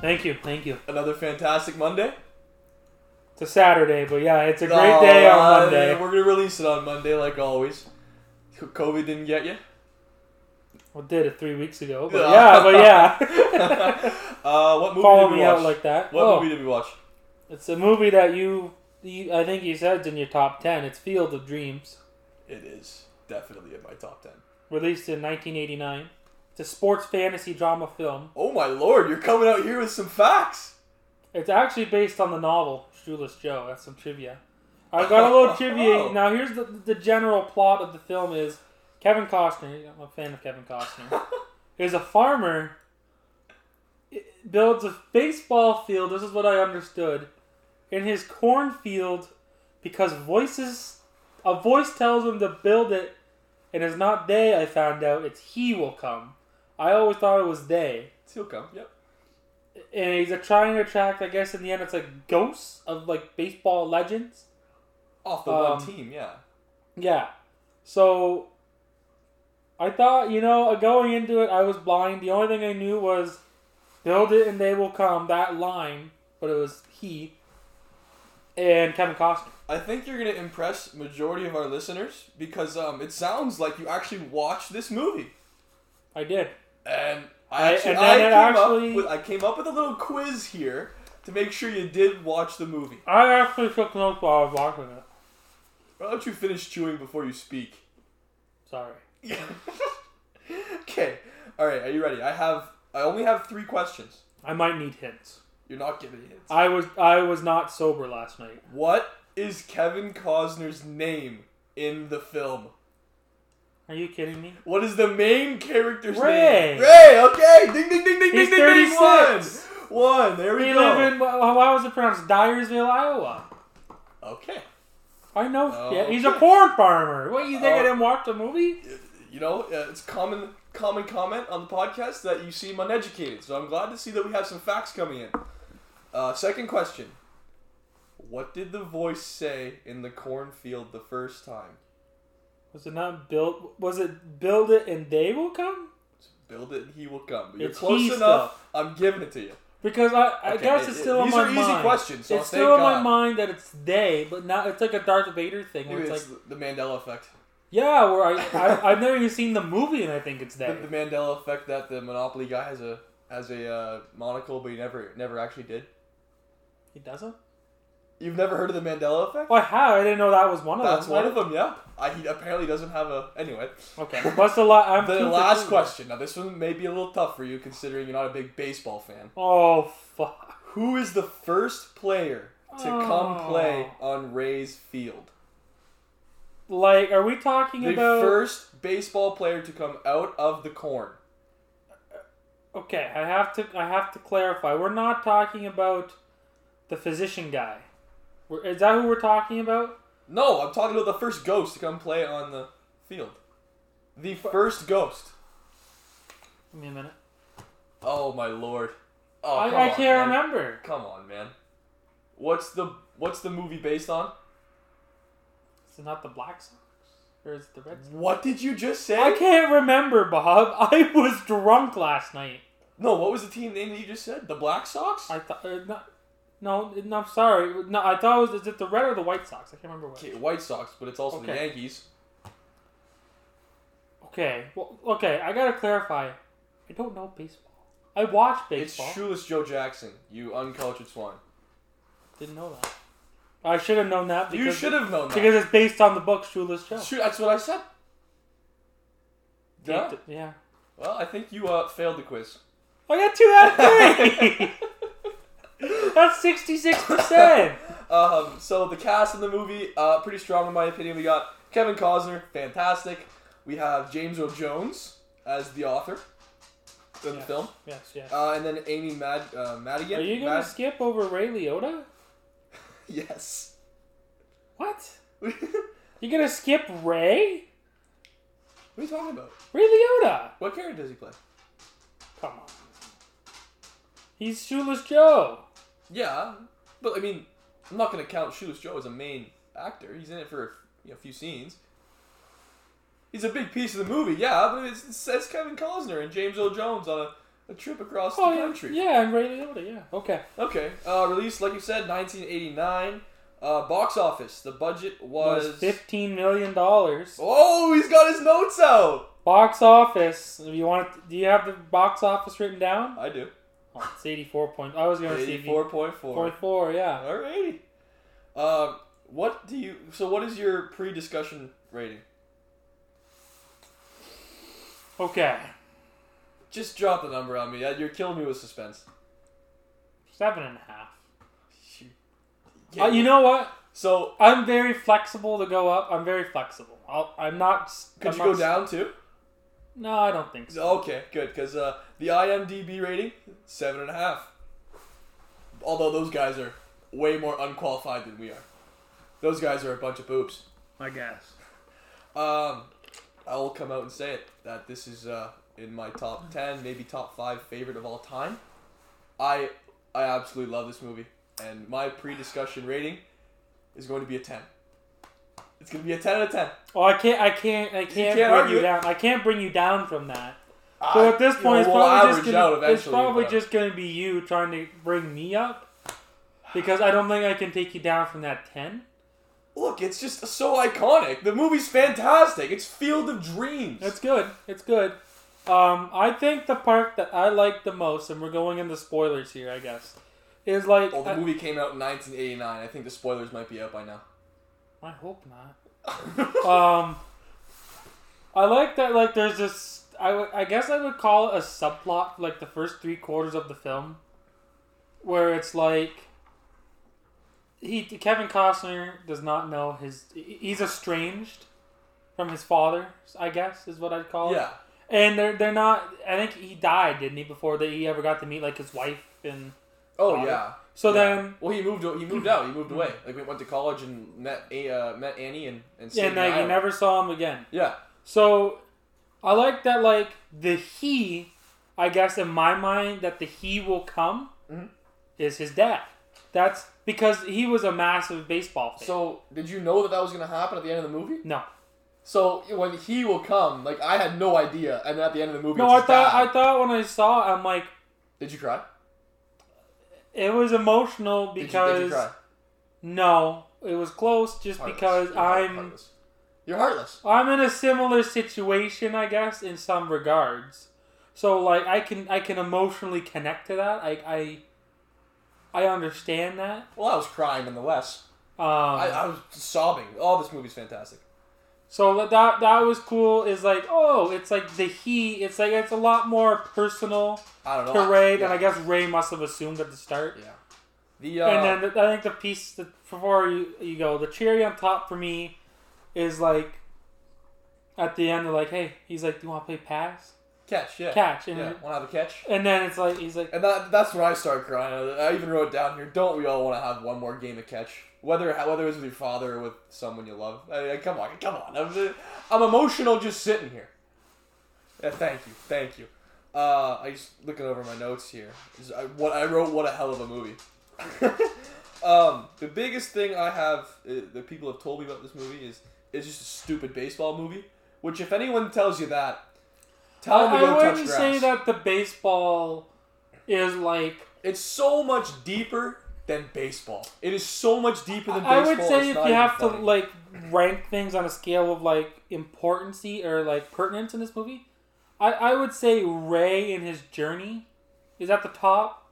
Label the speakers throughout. Speaker 1: Thank you, thank you.
Speaker 2: Another fantastic Monday.
Speaker 1: It's a Saturday, but yeah, it's a great day on
Speaker 2: Uh,
Speaker 1: Monday.
Speaker 2: We're gonna release it on Monday, like always. COVID didn't get you.
Speaker 1: We did it three weeks ago, but
Speaker 2: Yeah.
Speaker 1: yeah, but yeah.
Speaker 2: uh, what movie
Speaker 1: Follow
Speaker 2: did we
Speaker 1: me
Speaker 2: watch?
Speaker 1: out like that.
Speaker 2: what
Speaker 1: oh,
Speaker 2: movie did we watch?
Speaker 1: it's a movie that you, you, I think you said it's in your top ten. It's Field of Dreams,
Speaker 2: It is definitely in my top ten.
Speaker 1: released in 1989. It's a sports fantasy drama film.
Speaker 2: Oh my lord, you're coming out here with some facts.
Speaker 1: It's actually based on the novel Shoeless Joe. That's some trivia. I've got a little trivia. Now here's the the general plot of the film is Kevin Costner. I'm a fan of Kevin Costner. is a farmer it builds a baseball field. This is what I understood in his cornfield because voices a voice tells him to build it, and it's not they. I found out it's he will come. I always thought it was they
Speaker 2: He'll come. Yep.
Speaker 1: and he's a trying to attract. I guess in the end, it's like ghosts of like baseball legends.
Speaker 2: Off the
Speaker 1: Um,
Speaker 2: one team. Yeah.
Speaker 1: Yeah. So I thought, you know, uh, going into it, I was blind. The only thing I knew was build it and they will come. That line, but it was he and Kevin Costner.
Speaker 2: I think you're gonna impress majority of our listeners because um, it sounds like you actually watched this movie.
Speaker 1: I did.
Speaker 2: And
Speaker 1: I-
Speaker 2: I actually,
Speaker 1: and
Speaker 2: I,
Speaker 1: then it
Speaker 2: came
Speaker 1: actually-
Speaker 2: up with, I came up with a little quiz here to make sure you did watch the movie.
Speaker 1: I actually took notes while I was watching it.
Speaker 2: Why don't you finish chewing before you speak?
Speaker 1: Sorry.
Speaker 2: okay. All right. Are you ready? I have. I only have three questions.
Speaker 1: I might need hints.
Speaker 2: You're not giving me hints.
Speaker 1: I was I was not sober last night.
Speaker 2: What is Kevin Costner's name in the film?
Speaker 1: Are you kidding me?
Speaker 2: What is the main character's
Speaker 1: Ray.
Speaker 2: name? Ray. Okay. Ding ding ding ding
Speaker 1: He's
Speaker 2: ding ding ding. One.
Speaker 1: 36.
Speaker 2: One. There we
Speaker 1: We
Speaker 2: go.
Speaker 1: live in why why was it pronounced Dyersville, Iowa?
Speaker 2: okay.
Speaker 1: I know.
Speaker 2: Oh,
Speaker 1: shit. He's a
Speaker 2: okay.
Speaker 1: corn farmer. What you think? I
Speaker 2: Oh.
Speaker 1: didn't watch the movie.
Speaker 2: you know, uh, it's common common comment on the podcast that you seem uneducated. So I'm glad to see that we have some facts coming in. Uh, second question: What did the voice say in the cornfield the first time?
Speaker 1: Was it not built? Was it build it and they will come?
Speaker 2: Build it, and he will come. But you're
Speaker 1: It's
Speaker 2: close
Speaker 1: he
Speaker 2: enough. I'm giving it to you.
Speaker 1: Because I, I
Speaker 2: Okay,
Speaker 1: guess
Speaker 2: it-
Speaker 1: it's
Speaker 2: it-
Speaker 1: still on
Speaker 2: these
Speaker 1: my
Speaker 2: are easy
Speaker 1: mind.
Speaker 2: questions, so
Speaker 1: it's
Speaker 2: thank
Speaker 1: still on my
Speaker 2: God.
Speaker 1: mind that it's they, but now it's like a Darth Vader thing. Where
Speaker 2: Maybe
Speaker 1: it's,
Speaker 2: it's
Speaker 1: like,
Speaker 2: the Mandela effect.
Speaker 1: yeah, where I, I I've never even seen the movie and I think it's they.
Speaker 2: The, the Mandela effect that the Monopoly guy has a has a uh, monocle, but he never never actually did.
Speaker 1: He doesn't.
Speaker 2: You've never heard of the Mandela effect?
Speaker 1: Well, how? I didn't know that was one of
Speaker 2: That's
Speaker 1: them.
Speaker 2: one of them. Yeah. I, he apparently doesn't have a anyway.
Speaker 1: Okay. What's the la- I'm
Speaker 2: The
Speaker 1: too
Speaker 2: last
Speaker 1: confused.
Speaker 2: question. Now, this one may be a little tough for you considering you're not a big baseball fan.
Speaker 1: Oh fuck.
Speaker 2: Who is the first player to come
Speaker 1: Oh.
Speaker 2: play on Rays Field?
Speaker 1: Like, are we talking
Speaker 2: The
Speaker 1: about?
Speaker 2: first baseball player to come out of the corn.
Speaker 1: Okay, I have to I have to clarify. We're not talking about the physician guy. We're, is that who we're talking about?
Speaker 2: No, I'm talking about the first ghost to come play on the field. The first ghost.
Speaker 1: Give me a minute.
Speaker 2: Oh my lord. Oh,
Speaker 1: I,
Speaker 2: come
Speaker 1: I
Speaker 2: on,
Speaker 1: can't
Speaker 2: man.
Speaker 1: remember.
Speaker 2: Come on, man. What's the what's the movie based on?
Speaker 1: Is it not the Black Sox or is it the Red Sox?
Speaker 2: What did you just say?
Speaker 1: I can't remember, Bob. I was drunk last night.
Speaker 2: No, what was the team name that you just said? The Black Sox?
Speaker 1: I thought uh, no, no, no, I'm sorry. No, I thought it was is it the Red or the White Sox? I can't remember what.
Speaker 2: Okay, White Sox, but it's also the
Speaker 1: Okay.
Speaker 2: Yankees.
Speaker 1: Okay, well, okay. I gotta clarify. I don't know baseball. I watch baseball.
Speaker 2: It's Shoeless Joe Jackson, you uncultured swine.
Speaker 1: Didn't know that. I should have known that. Because
Speaker 2: you should have known that.
Speaker 1: Because it's based on the book Shoeless Joe.
Speaker 2: Shoot, that's what I said. Yeah.
Speaker 1: Yeah. yeah.
Speaker 2: Well, I think you uh, failed the quiz.
Speaker 1: I got two out of three. That's sixty-six percent.
Speaker 2: Um, so the cast in the movie, uh, pretty strong in my opinion. We got Kevin Costner, fantastic. We have James Earl Jones as the author in the
Speaker 1: Yes.
Speaker 2: film,
Speaker 1: Yes, yes.
Speaker 2: uh, and then Amy Mad uh, Madigan.
Speaker 1: Are you gonna
Speaker 2: Mad-
Speaker 1: skip over Ray Liotta?
Speaker 2: yes.
Speaker 1: What?
Speaker 2: what are
Speaker 1: You gonna skip Ray?
Speaker 2: you talking about?
Speaker 1: Ray Liotta?
Speaker 2: What character does he play?
Speaker 1: Come on. He's Shoeless Joe.
Speaker 2: Yeah, but I mean, I'm not gonna count Shoeless Joe as a main actor. He's in it for a f- you know, few scenes. He's a big piece of the movie, yeah, but it's, it's, it's Kevin Costner and James Earl Jones on a a trip across
Speaker 1: Oh,
Speaker 2: the
Speaker 1: yeah,
Speaker 2: country.
Speaker 1: yeah, and Ray Liotta, yeah. Okay.
Speaker 2: Okay. Uh, released, like you said, 1989. Uh, box office. The budget was.
Speaker 1: was fifteen million dollars.
Speaker 2: Oh, he's got his notes out.
Speaker 1: Box office. If you want, do you have the box office written down?
Speaker 2: I do.
Speaker 1: Oh, it's eighty-four point. I was going to say
Speaker 2: Eighty-four point four.
Speaker 1: forty-four. Yeah.
Speaker 2: Alrighty. Um, what do you? So, what is your pre-discussion rating?
Speaker 1: Okay.
Speaker 2: Just drop the number on me. Uh, You're killing me with suspense.
Speaker 1: Seven and a half.
Speaker 2: You-
Speaker 1: Uh, you know what?
Speaker 2: So,
Speaker 1: I'm very flexible to go up. I'm very flexible. I'll, I'm not.
Speaker 2: could
Speaker 1: i
Speaker 2: you go down too?
Speaker 1: No, I don't think so.
Speaker 2: Okay, good. Because uh, the IMDb rating seven and a half. Although those guys are way more unqualified than we are. Those guys are a bunch of boobs.
Speaker 1: I guess.
Speaker 2: Um, I will come out and say it that this is uh, in my top ten, maybe top five favorite of all time. I I absolutely love this movie, and my pre-discussion rating is going to be a ten. It's going to be a ten out of ten.
Speaker 1: Well, Oh, I can't. I can't. I can't,
Speaker 2: can't
Speaker 1: bring
Speaker 2: argue
Speaker 1: you
Speaker 2: it.
Speaker 1: down. I can't bring you down from that.
Speaker 2: I-
Speaker 1: So at this
Speaker 2: you
Speaker 1: point,
Speaker 2: know,
Speaker 1: it's
Speaker 2: we'll
Speaker 1: probably
Speaker 2: average
Speaker 1: just
Speaker 2: out
Speaker 1: gonna, it's
Speaker 2: eventually,
Speaker 1: probably
Speaker 2: but-
Speaker 1: just gonna be you trying to bring me up because I don't think I can take you down from that ten.
Speaker 2: Look, it's just so iconic. The movie's fantastic. It's Field of Dreams.
Speaker 1: It's good. It's good. Um, I think the part that I like the most, and we're going into spoilers here, I guess, is like
Speaker 2: well, Oh, the
Speaker 1: I,
Speaker 2: movie came out in 1989. I think the spoilers might be out by now.
Speaker 1: I hope not. Um, I like that. Like, there's this. I would- I guess I would call it a subplot. for, Like the first three quarters of the film, where it's like he Kevin Costner does not know his. he- He's estranged from his father. I guess is what I'd call it.
Speaker 2: yeah.
Speaker 1: And they're they're not. I think he died, didn't he? Before that, he ever got to meet like his wife and.
Speaker 2: Oh
Speaker 1: Got it.
Speaker 2: yeah.
Speaker 1: So
Speaker 2: Yeah.
Speaker 1: then
Speaker 2: Well, he moved. He moved out. He moved away. Like we went to college and met a uh, met Annie and and stayed
Speaker 1: and like
Speaker 2: in
Speaker 1: you
Speaker 2: Iowa.
Speaker 1: never saw him again.
Speaker 2: Yeah.
Speaker 1: So I like that like the he, I guess in my mind that the he will come
Speaker 2: Mhm.
Speaker 1: is his dad. That's because he was a massive baseball fan.
Speaker 2: So did you know that that was gonna happen at the end of the movie?
Speaker 1: no.
Speaker 2: So when he will come, like I had no idea, and then at the end of the movie,
Speaker 1: No,
Speaker 2: it's
Speaker 1: I
Speaker 2: his
Speaker 1: thought
Speaker 2: dad.
Speaker 1: I thought when I saw it, I'm like
Speaker 2: Did you cry?
Speaker 1: it was emotional
Speaker 2: Did you,
Speaker 1: because
Speaker 2: did you cry?
Speaker 1: no, it was close just
Speaker 2: Heartless.
Speaker 1: because
Speaker 2: You're
Speaker 1: I'm
Speaker 2: heartless. You're heartless.
Speaker 1: I'm in a similar situation, I guess, in some regards. So like I can I can emotionally connect to that. I I, I understand that.
Speaker 2: Well, I was crying nonetheless.
Speaker 1: Um,
Speaker 2: I, I was sobbing. Oh, this movie's fantastic.
Speaker 1: So that- that that was cool. Is like oh, it's like the he. It's like it's a lot more personal
Speaker 2: I don't know.
Speaker 1: to Ray
Speaker 2: yeah.
Speaker 1: than I guess Ray must have assumed at the start.
Speaker 2: Yeah. The uh,
Speaker 1: And then the, I think the piece that before you, you go, the cherry on top for me is like at the end. They're like, hey, he's like, do you want to play pass
Speaker 2: catch. Yeah.
Speaker 1: catch? And
Speaker 2: Yeah. Want to have a catch?
Speaker 1: and then it's like he's like,
Speaker 2: And that, that's when I started crying. I I even wrote down here, don't we all want to have one more game of catch? Whether whether it's with your father or with someone you love. I mean, come on, come on. I'm, I'm emotional just sitting here. Yeah, thank you, thank you. Uh, I just looking over my notes here. Is- I, what I wrote, what a hell of a movie. um, the biggest thing I have uh, that people have told me about this movie is it's just a stupid baseball movie. Which, if anyone tells you that, tell them to
Speaker 1: I,
Speaker 2: go
Speaker 1: I
Speaker 2: touch
Speaker 1: wouldn't
Speaker 2: grass.
Speaker 1: say that the baseball is like.
Speaker 2: It's so much deeper than baseball. It is so much deeper than
Speaker 1: I
Speaker 2: baseball.
Speaker 1: would say
Speaker 2: it's
Speaker 1: if
Speaker 2: not
Speaker 1: you
Speaker 2: even
Speaker 1: have to
Speaker 2: funny.
Speaker 1: like rank things on a scale of like importancy or like pertinence in this movie, I, I would say Ray and his journey is at the top.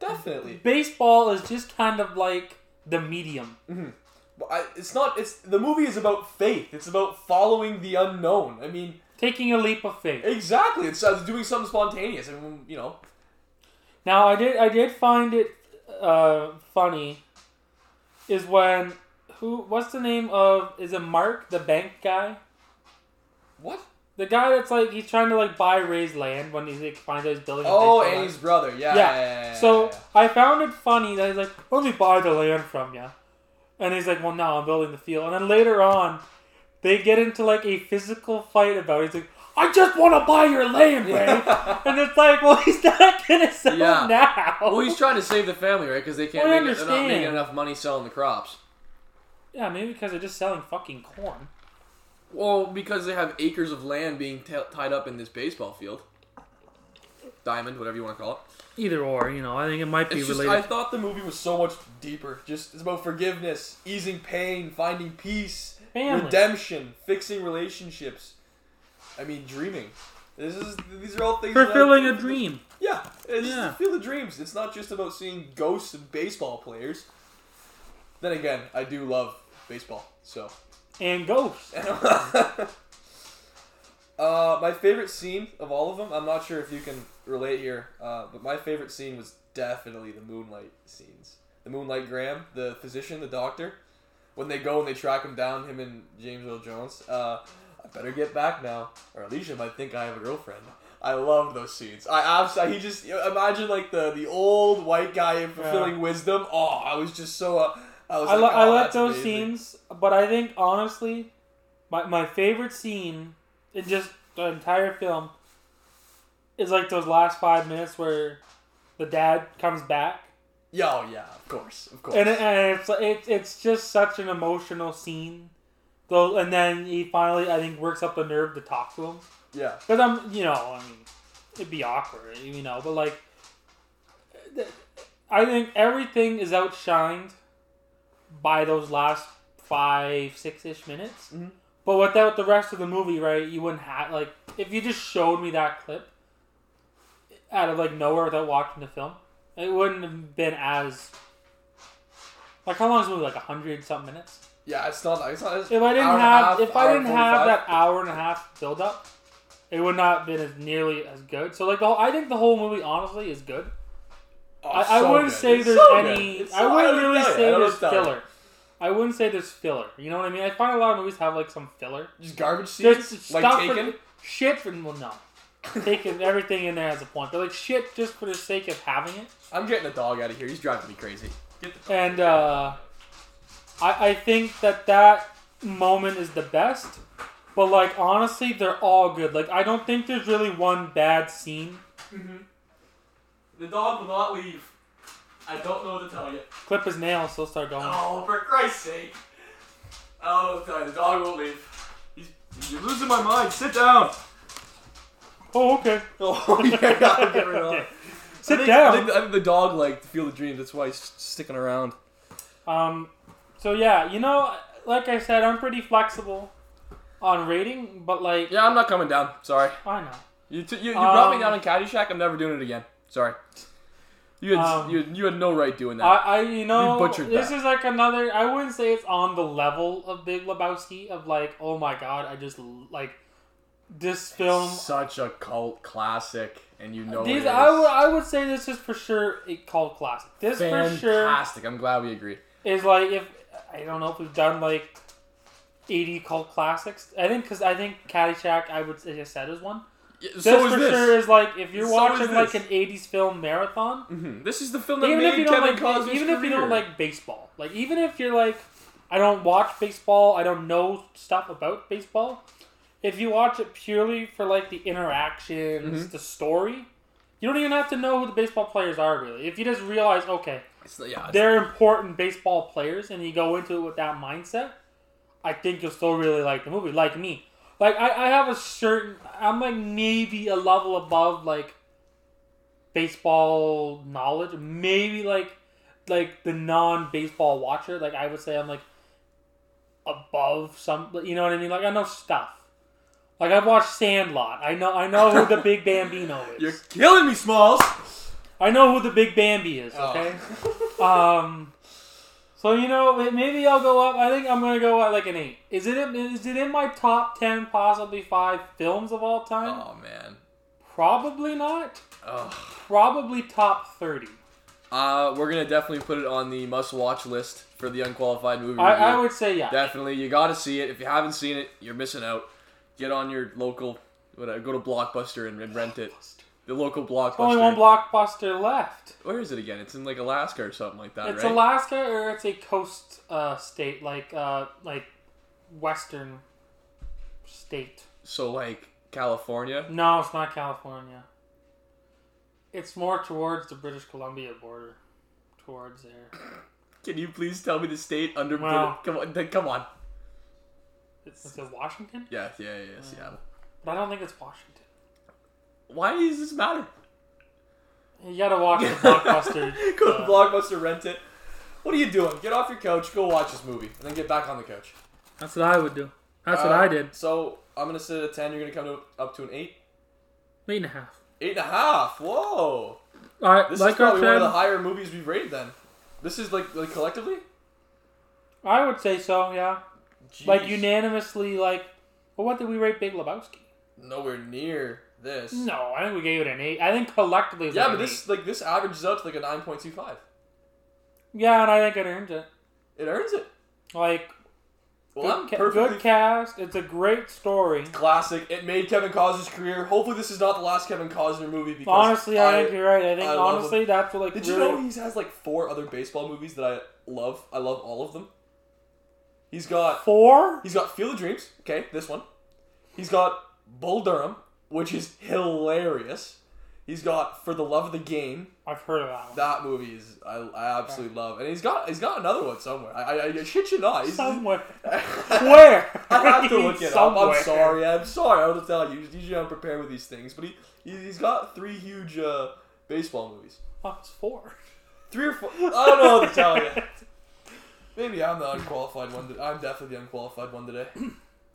Speaker 2: definitely.
Speaker 1: Baseball is just kind of like the medium.
Speaker 2: But I, it's not. It's the movie is about faith. It's about following the unknown. I mean,
Speaker 1: Taking a leap of faith.
Speaker 2: exactly. It's, it's doing something spontaneous. I mean, you know,
Speaker 1: Now I did I did find it uh, funny is when who what's the name of is it Mark the bank guy?
Speaker 2: what?
Speaker 1: The guy that's like he's trying to like buy Ray's land when he like, finds out he's building. a
Speaker 2: Oh,
Speaker 1: baseball
Speaker 2: Annie's brother. Yeah.
Speaker 1: Yeah.
Speaker 2: yeah, yeah, yeah,
Speaker 1: So
Speaker 2: yeah.
Speaker 1: I found it funny that he's like, let me buy the land from you. And he's like, well, no, I'm building the field. And then later on, they get into like a physical fight about it. He's like, I just want to buy your land, Ray.
Speaker 2: Yeah.
Speaker 1: and it's like, well, he's not going to sell
Speaker 2: Yeah.
Speaker 1: now.
Speaker 2: well, he's trying to save the family, right? Because they can't.
Speaker 1: Well, I
Speaker 2: make it, they're not making
Speaker 1: understand.
Speaker 2: enough money selling the crops.
Speaker 1: yeah, maybe because they're just selling fucking corn.
Speaker 2: Well, because they have acres of land being t- tied up in this baseball field. diamond, whatever you want to call it.
Speaker 1: Either or, you know, I think it might be
Speaker 2: It's just,
Speaker 1: related.
Speaker 2: I thought the movie was so much deeper. Just it's about forgiveness, easing pain, finding peace,
Speaker 1: Family.
Speaker 2: redemption, fixing relationships. I mean, dreaming. This is these are all things. that I-
Speaker 1: Fulfilling a dream.
Speaker 2: Yeah, it's
Speaker 1: Yeah.
Speaker 2: just feel the dreams. It's not just about seeing ghosts and baseball players. Then again, I do love baseball, so.
Speaker 1: And ghosts.
Speaker 2: uh, my favorite scene of all of them. I'm not sure if you can relate here, uh, but my favorite scene was definitely the moonlight scenes. The moonlight Graham, the physician, the doctor, when they go and they track him down, him and James Earl Jones. Uh, I better get back now, or Alicia might think I have a girlfriend. I love those scenes. I absolutely he just imagine like the the old white guy in fulfilling wisdom. Oh, I was just so. Uh, I was.
Speaker 1: I, li-
Speaker 2: like,
Speaker 1: I
Speaker 2: oh,
Speaker 1: like
Speaker 2: that's
Speaker 1: those
Speaker 2: amazing.
Speaker 1: scenes, but I think honestly, my, my favorite scene in just the entire film is like those last five minutes where the dad comes back,
Speaker 2: Yeah, oh, yeah, of course, of course.
Speaker 1: and, it, and it's it, it's just such an emotional scene. Though, and then he finally, I think, works up the nerve to talk to him.
Speaker 2: yeah.
Speaker 1: Because I'm, you know, I mean, it'd be awkward, you know, but like, th- I think everything is outshined by those last five, six ish minutes.
Speaker 2: Mhm.
Speaker 1: But without the rest of the movie, right, you wouldn't have, like, if you just showed me that clip out of, like, nowhere without watching the film, it wouldn't have been as. Like, how long is the movie? Like, 100 something minutes?
Speaker 2: Yeah, it's not. It's not. It's
Speaker 1: If I didn't
Speaker 2: hour and a
Speaker 1: have
Speaker 2: half,
Speaker 1: if
Speaker 2: hour
Speaker 1: I
Speaker 2: and
Speaker 1: didn't have
Speaker 2: 45.
Speaker 1: that hour and a half build up, it would not have been as nearly as good. So like the whole, I think the whole movie honestly is good.
Speaker 2: Oh,
Speaker 1: I,
Speaker 2: it's
Speaker 1: I
Speaker 2: so
Speaker 1: wouldn't
Speaker 2: good.
Speaker 1: say
Speaker 2: It's
Speaker 1: there's
Speaker 2: so good.
Speaker 1: any
Speaker 2: It's so-
Speaker 1: I wouldn't
Speaker 2: don't
Speaker 1: really
Speaker 2: tell you.
Speaker 1: say
Speaker 2: I don't
Speaker 1: there's
Speaker 2: tell you.
Speaker 1: filler. I wouldn't say there's filler. You know what I mean? I find a lot of movies have like some filler.
Speaker 2: Just garbage scenes,
Speaker 1: There's
Speaker 2: like
Speaker 1: stuff
Speaker 2: Taken.
Speaker 1: for shit for well no. Taking everything in there has a point. But like shit just for the sake of having it.
Speaker 2: I'm getting the dog out of here. He's driving me crazy. Get the
Speaker 1: And uh, I, I think that that moment is the best. But like honestly, they're all good. Like I don't think there's really one bad scene.
Speaker 2: The dog will not leave. I don't know what to tell you.
Speaker 1: Clip his nails, he'll start going.
Speaker 2: Oh, for Christ's sake! I don't know what to tell you. The dog won't leave. He's, you're losing my mind. Sit down.
Speaker 1: Oh, okay.
Speaker 2: Oh yeah, I'll get rid of it. I
Speaker 1: Sit
Speaker 2: think,
Speaker 1: down.
Speaker 2: I think, I think the dog liked to feel the dreams. That's why he's sticking around.
Speaker 1: Um, so yeah, you know, like I said, I'm pretty flexible on rating, but like
Speaker 2: Yeah, I'm not coming down. Sorry.
Speaker 1: I know.
Speaker 2: You, t- you, you brought me
Speaker 1: Um,
Speaker 2: down in Caddyshack. I'm never doing it again. Sorry. You had,
Speaker 1: Um,
Speaker 2: you, you had no right doing that.
Speaker 1: I, I you know
Speaker 2: butchered
Speaker 1: this
Speaker 2: that.
Speaker 1: is like another I wouldn't say it's on the level of Big Lebowski of like oh my god I just l- like this film
Speaker 2: Such a cult classic, and you know
Speaker 1: these
Speaker 2: it
Speaker 1: I
Speaker 2: is.
Speaker 1: would I would say this is for sure a cult classic this for sure
Speaker 2: fantastic. I'm glad we agree.
Speaker 1: is like if I don't know if we've done like 80 cult classics I think because I think Caddyshack I would say I said is one
Speaker 2: Yeah,
Speaker 1: this
Speaker 2: so is
Speaker 1: for
Speaker 2: this.
Speaker 1: sure is like if you're
Speaker 2: So
Speaker 1: watching
Speaker 2: is
Speaker 1: like an
Speaker 2: this.
Speaker 1: 80s film marathon
Speaker 2: Mhm. This is the film that
Speaker 1: even
Speaker 2: made
Speaker 1: if you don't
Speaker 2: Kevin
Speaker 1: like
Speaker 2: Costner's
Speaker 1: even if you
Speaker 2: career.
Speaker 1: don't like baseball like even if you're like i don't watch baseball i don't know stuff about baseball if you watch it purely for like the interactions
Speaker 2: Mm-hmm.
Speaker 1: the story you don't even have to know who the baseball players are really if you just realize okay
Speaker 2: It's- yeah, it's-
Speaker 1: they're important baseball players and you go into it with that mindset i think you'll still really like the movie like me like i, I have a certain i'm like maybe a level above like baseball knowledge maybe like like the non-baseball watcher like i would say i'm like above some you know what i mean like i know stuff like i've watched sandlot i know i know who the big bambino is
Speaker 2: you're killing me, Smalls.
Speaker 1: I know who the big Bambi is. Oh.
Speaker 2: Oh.
Speaker 1: Okay. um. So you know, may- maybe I'll go up. I think I'm gonna go at like an eight. Is it in- is it in my top ten, possibly five films of all time?
Speaker 2: Oh man.
Speaker 1: Probably not.
Speaker 2: Oh.
Speaker 1: Probably top thirty.
Speaker 2: Uh, we're gonna definitely put it on the must-watch list for the unqualified movie.
Speaker 1: I,
Speaker 2: review.
Speaker 1: I would say yeah.
Speaker 2: Definitely, you got to see it. If you haven't seen it, you're missing out. Get on your local, whatever, go to Blockbuster and, and rent it. The local Blockbuster.
Speaker 1: Only one blockbuster left.
Speaker 2: Where is it again? It's in like Alaska or something like that,
Speaker 1: It's
Speaker 2: right?
Speaker 1: Alaska or it's a coast uh, state, like uh, like western state.
Speaker 2: so like California.
Speaker 1: No, it's not California. It's more towards the British Columbia border. Towards there.
Speaker 2: Can you please tell me the state under?
Speaker 1: Wow.
Speaker 2: Come on, then- come on.
Speaker 1: It's, is it Washington?
Speaker 2: Yeah, yeah, yeah, Seattle.
Speaker 1: But I don't think it's Washington.
Speaker 2: Why does this matter?
Speaker 1: You gotta watch the blockbuster.
Speaker 2: go
Speaker 1: uh,
Speaker 2: to Blockbuster, rent it. What are you doing? Get off your couch, go watch this movie, and then get back on the couch.
Speaker 1: That's what I would do. That's what
Speaker 2: Uh,
Speaker 1: I did.
Speaker 2: So I'm gonna sit at a ten. You're gonna come to, up to an eight,
Speaker 1: Eight and a half.
Speaker 2: eight and a half. Whoa,
Speaker 1: All right,
Speaker 2: this is
Speaker 1: like our
Speaker 2: probably one of the
Speaker 1: friend,
Speaker 2: higher movies we've rated. Then this is like like collectively.
Speaker 1: I would say so. Yeah, like
Speaker 2: Jeez.
Speaker 1: unanimously. Like, well, what did we rate Big Lebowski?
Speaker 2: nowhere near this.
Speaker 1: No, I think we gave it an eight. I think collectively. It was
Speaker 2: Yeah,
Speaker 1: like
Speaker 2: but
Speaker 1: an
Speaker 2: this like this averages out to like a nine point two five.
Speaker 1: eight. Yeah, and I think it earned it.
Speaker 2: It earns it.
Speaker 1: Like,
Speaker 2: Well, I'm
Speaker 1: good, ca-
Speaker 2: perfectly
Speaker 1: good cast. It's a great story.
Speaker 2: classic. It made Kevin Costner's career. Hopefully, this is not the last Kevin Costner movie. Because
Speaker 1: Honestly, I, think you're right. I think
Speaker 2: I love
Speaker 1: honestly, that's what like
Speaker 2: Did you
Speaker 1: really.
Speaker 2: know he has like four other baseball movies that I love? I love all of them. He's got
Speaker 1: Four?
Speaker 2: he's got Field of Dreams. Okay, this one. He's got Bull Durham, which is hilarious. He's got For the Love of the Game.
Speaker 1: I've heard of that one.
Speaker 2: That movie is I, I absolutely love, and he's got he's got another one somewhere. I I, I shit you not. He's,
Speaker 1: Somewhere.
Speaker 2: I
Speaker 1: Where?
Speaker 2: have to look it up.
Speaker 1: Somewhere.
Speaker 2: I'm sorry. I'm sorry. I was telling you. Usually I'm prepared with these things, but he he- he's got three huge uh, baseball movies.
Speaker 1: Oh, it's four.
Speaker 2: Three or four. I don't know what to tell you. Maybe I'm the unqualified one. to- I'm definitely the unqualified one today.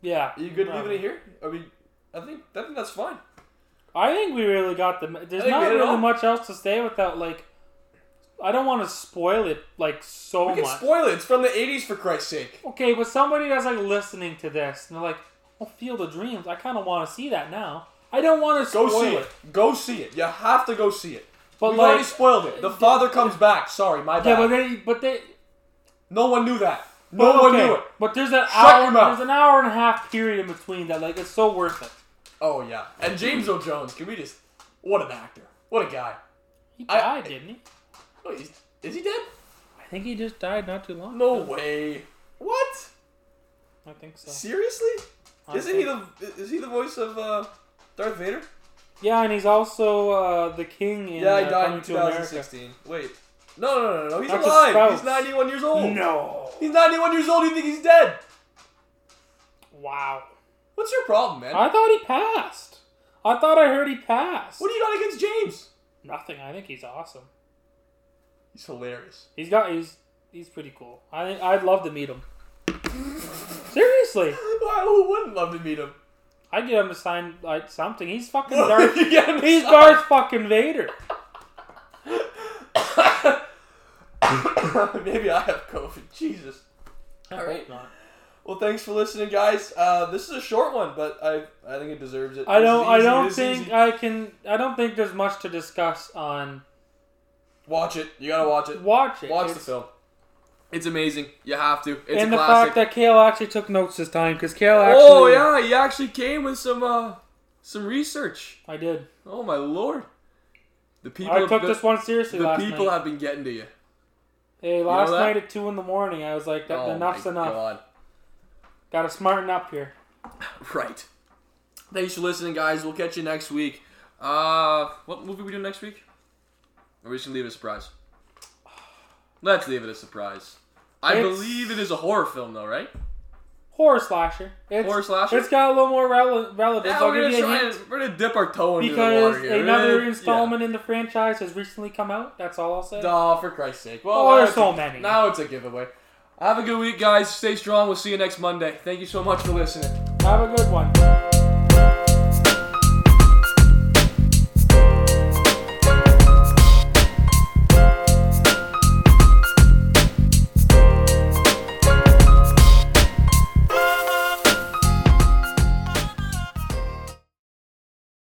Speaker 1: Yeah.
Speaker 2: Are you good leaving
Speaker 1: Probably.
Speaker 2: it here? Are we? I think I think that's fine.
Speaker 1: I think we really got the. There's
Speaker 2: I think we
Speaker 1: not
Speaker 2: hit it all.
Speaker 1: really much else to say without like. I don't want to spoil it like so
Speaker 2: We can
Speaker 1: much.
Speaker 2: spoil it. It's from the '80s, for Christ's sake.
Speaker 1: okay, but somebody that's like listening to this and they're like, "Oh, Field of Dreams. I kind of want to see that now. I don't want to
Speaker 2: Go
Speaker 1: spoil
Speaker 2: see it. Go see it. You have to go see it.
Speaker 1: But
Speaker 2: We've already
Speaker 1: like,
Speaker 2: spoiled it. The father comes back. Sorry, my bad.
Speaker 1: yeah, but they, but they,
Speaker 2: no one knew that. No
Speaker 1: but
Speaker 2: one
Speaker 1: okay.
Speaker 2: knew it.
Speaker 1: But there's an
Speaker 2: Shut
Speaker 1: hour,
Speaker 2: your mouth.
Speaker 1: there's an hour and a half period in between that like it's so worth it.
Speaker 2: Oh yeah. And James Earl Jones. Can we just? What an actor. What a guy.
Speaker 1: He
Speaker 2: I-
Speaker 1: died, didn't he?
Speaker 2: Oh, he's, is he dead?
Speaker 1: I think he just died not too long.
Speaker 2: No way. What?
Speaker 1: I think so.
Speaker 2: Seriously?
Speaker 1: I
Speaker 2: Isn't he the is he the voice of uh, Darth Vader?
Speaker 1: Yeah, and he's also uh, the king in
Speaker 2: Yeah,
Speaker 1: uh,
Speaker 2: he died
Speaker 1: Coming
Speaker 2: in
Speaker 1: to America.
Speaker 2: 2016. Wait. No, no, no, no. He's
Speaker 1: That's a
Speaker 2: alive. He's
Speaker 1: spouse.
Speaker 2: 91 years old.
Speaker 1: No.
Speaker 2: He's 91 years old. You think he's dead?
Speaker 1: Wow.
Speaker 2: What's your problem, man?
Speaker 1: I thought he passed. I thought I heard he passed.
Speaker 2: What do you got against James?
Speaker 1: Nothing. I think he's awesome.
Speaker 2: He's hilarious.
Speaker 1: He's got he's he's pretty cool. I think I'd love to meet him. Seriously,
Speaker 2: Why, who wouldn't love to meet him?
Speaker 1: I'd get him to sign like something. He's fucking
Speaker 2: What
Speaker 1: Darth.
Speaker 2: do you got against-
Speaker 1: He's Darth fucking Vader.
Speaker 2: Maybe I have COVID. Jesus.
Speaker 1: I
Speaker 2: All
Speaker 1: hope
Speaker 2: right.
Speaker 1: not.
Speaker 2: Well, thanks for listening, guys. Uh, this is a short one, but I I think it deserves it.
Speaker 1: I
Speaker 2: This is
Speaker 1: don't. I
Speaker 2: easy.
Speaker 1: don't
Speaker 2: This is
Speaker 1: think
Speaker 2: easy.
Speaker 1: I can. I don't think there's much to discuss on.
Speaker 2: Watch it. You gotta watch it.
Speaker 1: Watch it.
Speaker 2: Watch the
Speaker 1: It's-
Speaker 2: film. It's amazing. You have to. It's a
Speaker 1: and the
Speaker 2: classic.
Speaker 1: fact that Kale actually took notes this time, because Kale actually.
Speaker 2: Oh yeah, he actually came with some uh some research.
Speaker 1: I did.
Speaker 2: Oh my lord. The people
Speaker 1: I took
Speaker 2: the,
Speaker 1: this one seriously
Speaker 2: the
Speaker 1: last
Speaker 2: people
Speaker 1: night.
Speaker 2: have been getting to you.
Speaker 1: hey, last
Speaker 2: that?
Speaker 1: night at two in the morning, I was like, that,
Speaker 2: oh
Speaker 1: "Enough's
Speaker 2: my
Speaker 1: enough.
Speaker 2: God.
Speaker 1: Got to smarten up here."
Speaker 2: Right. Thanks for listening, guys. We'll catch you next week. Uh what movie we doing next week? Or we should leave it a surprise. Let's leave it a surprise. I
Speaker 1: It's-
Speaker 2: believe it is a horror film though, right?
Speaker 1: Horror slasher. It's,
Speaker 2: Horror slasher?
Speaker 1: It's got a little more rele- relevance.
Speaker 2: Yeah,
Speaker 1: I'll
Speaker 2: we're
Speaker 1: give
Speaker 2: gonna
Speaker 1: you a
Speaker 2: try
Speaker 1: hint
Speaker 2: and, we're gonna dip our toe into the water
Speaker 1: because
Speaker 2: here.
Speaker 1: another
Speaker 2: Yeah.
Speaker 1: installment in the franchise has recently come out. That's all I'll say.
Speaker 2: Oh, for Christ's sake. Well,
Speaker 1: Oh,
Speaker 2: now
Speaker 1: there's
Speaker 2: it's
Speaker 1: so
Speaker 2: a-
Speaker 1: many.
Speaker 2: Now it's a giveaway. Have a good week, guys. Stay strong. We'll see you next Monday. Thank you so much for listening.
Speaker 1: Have a good one.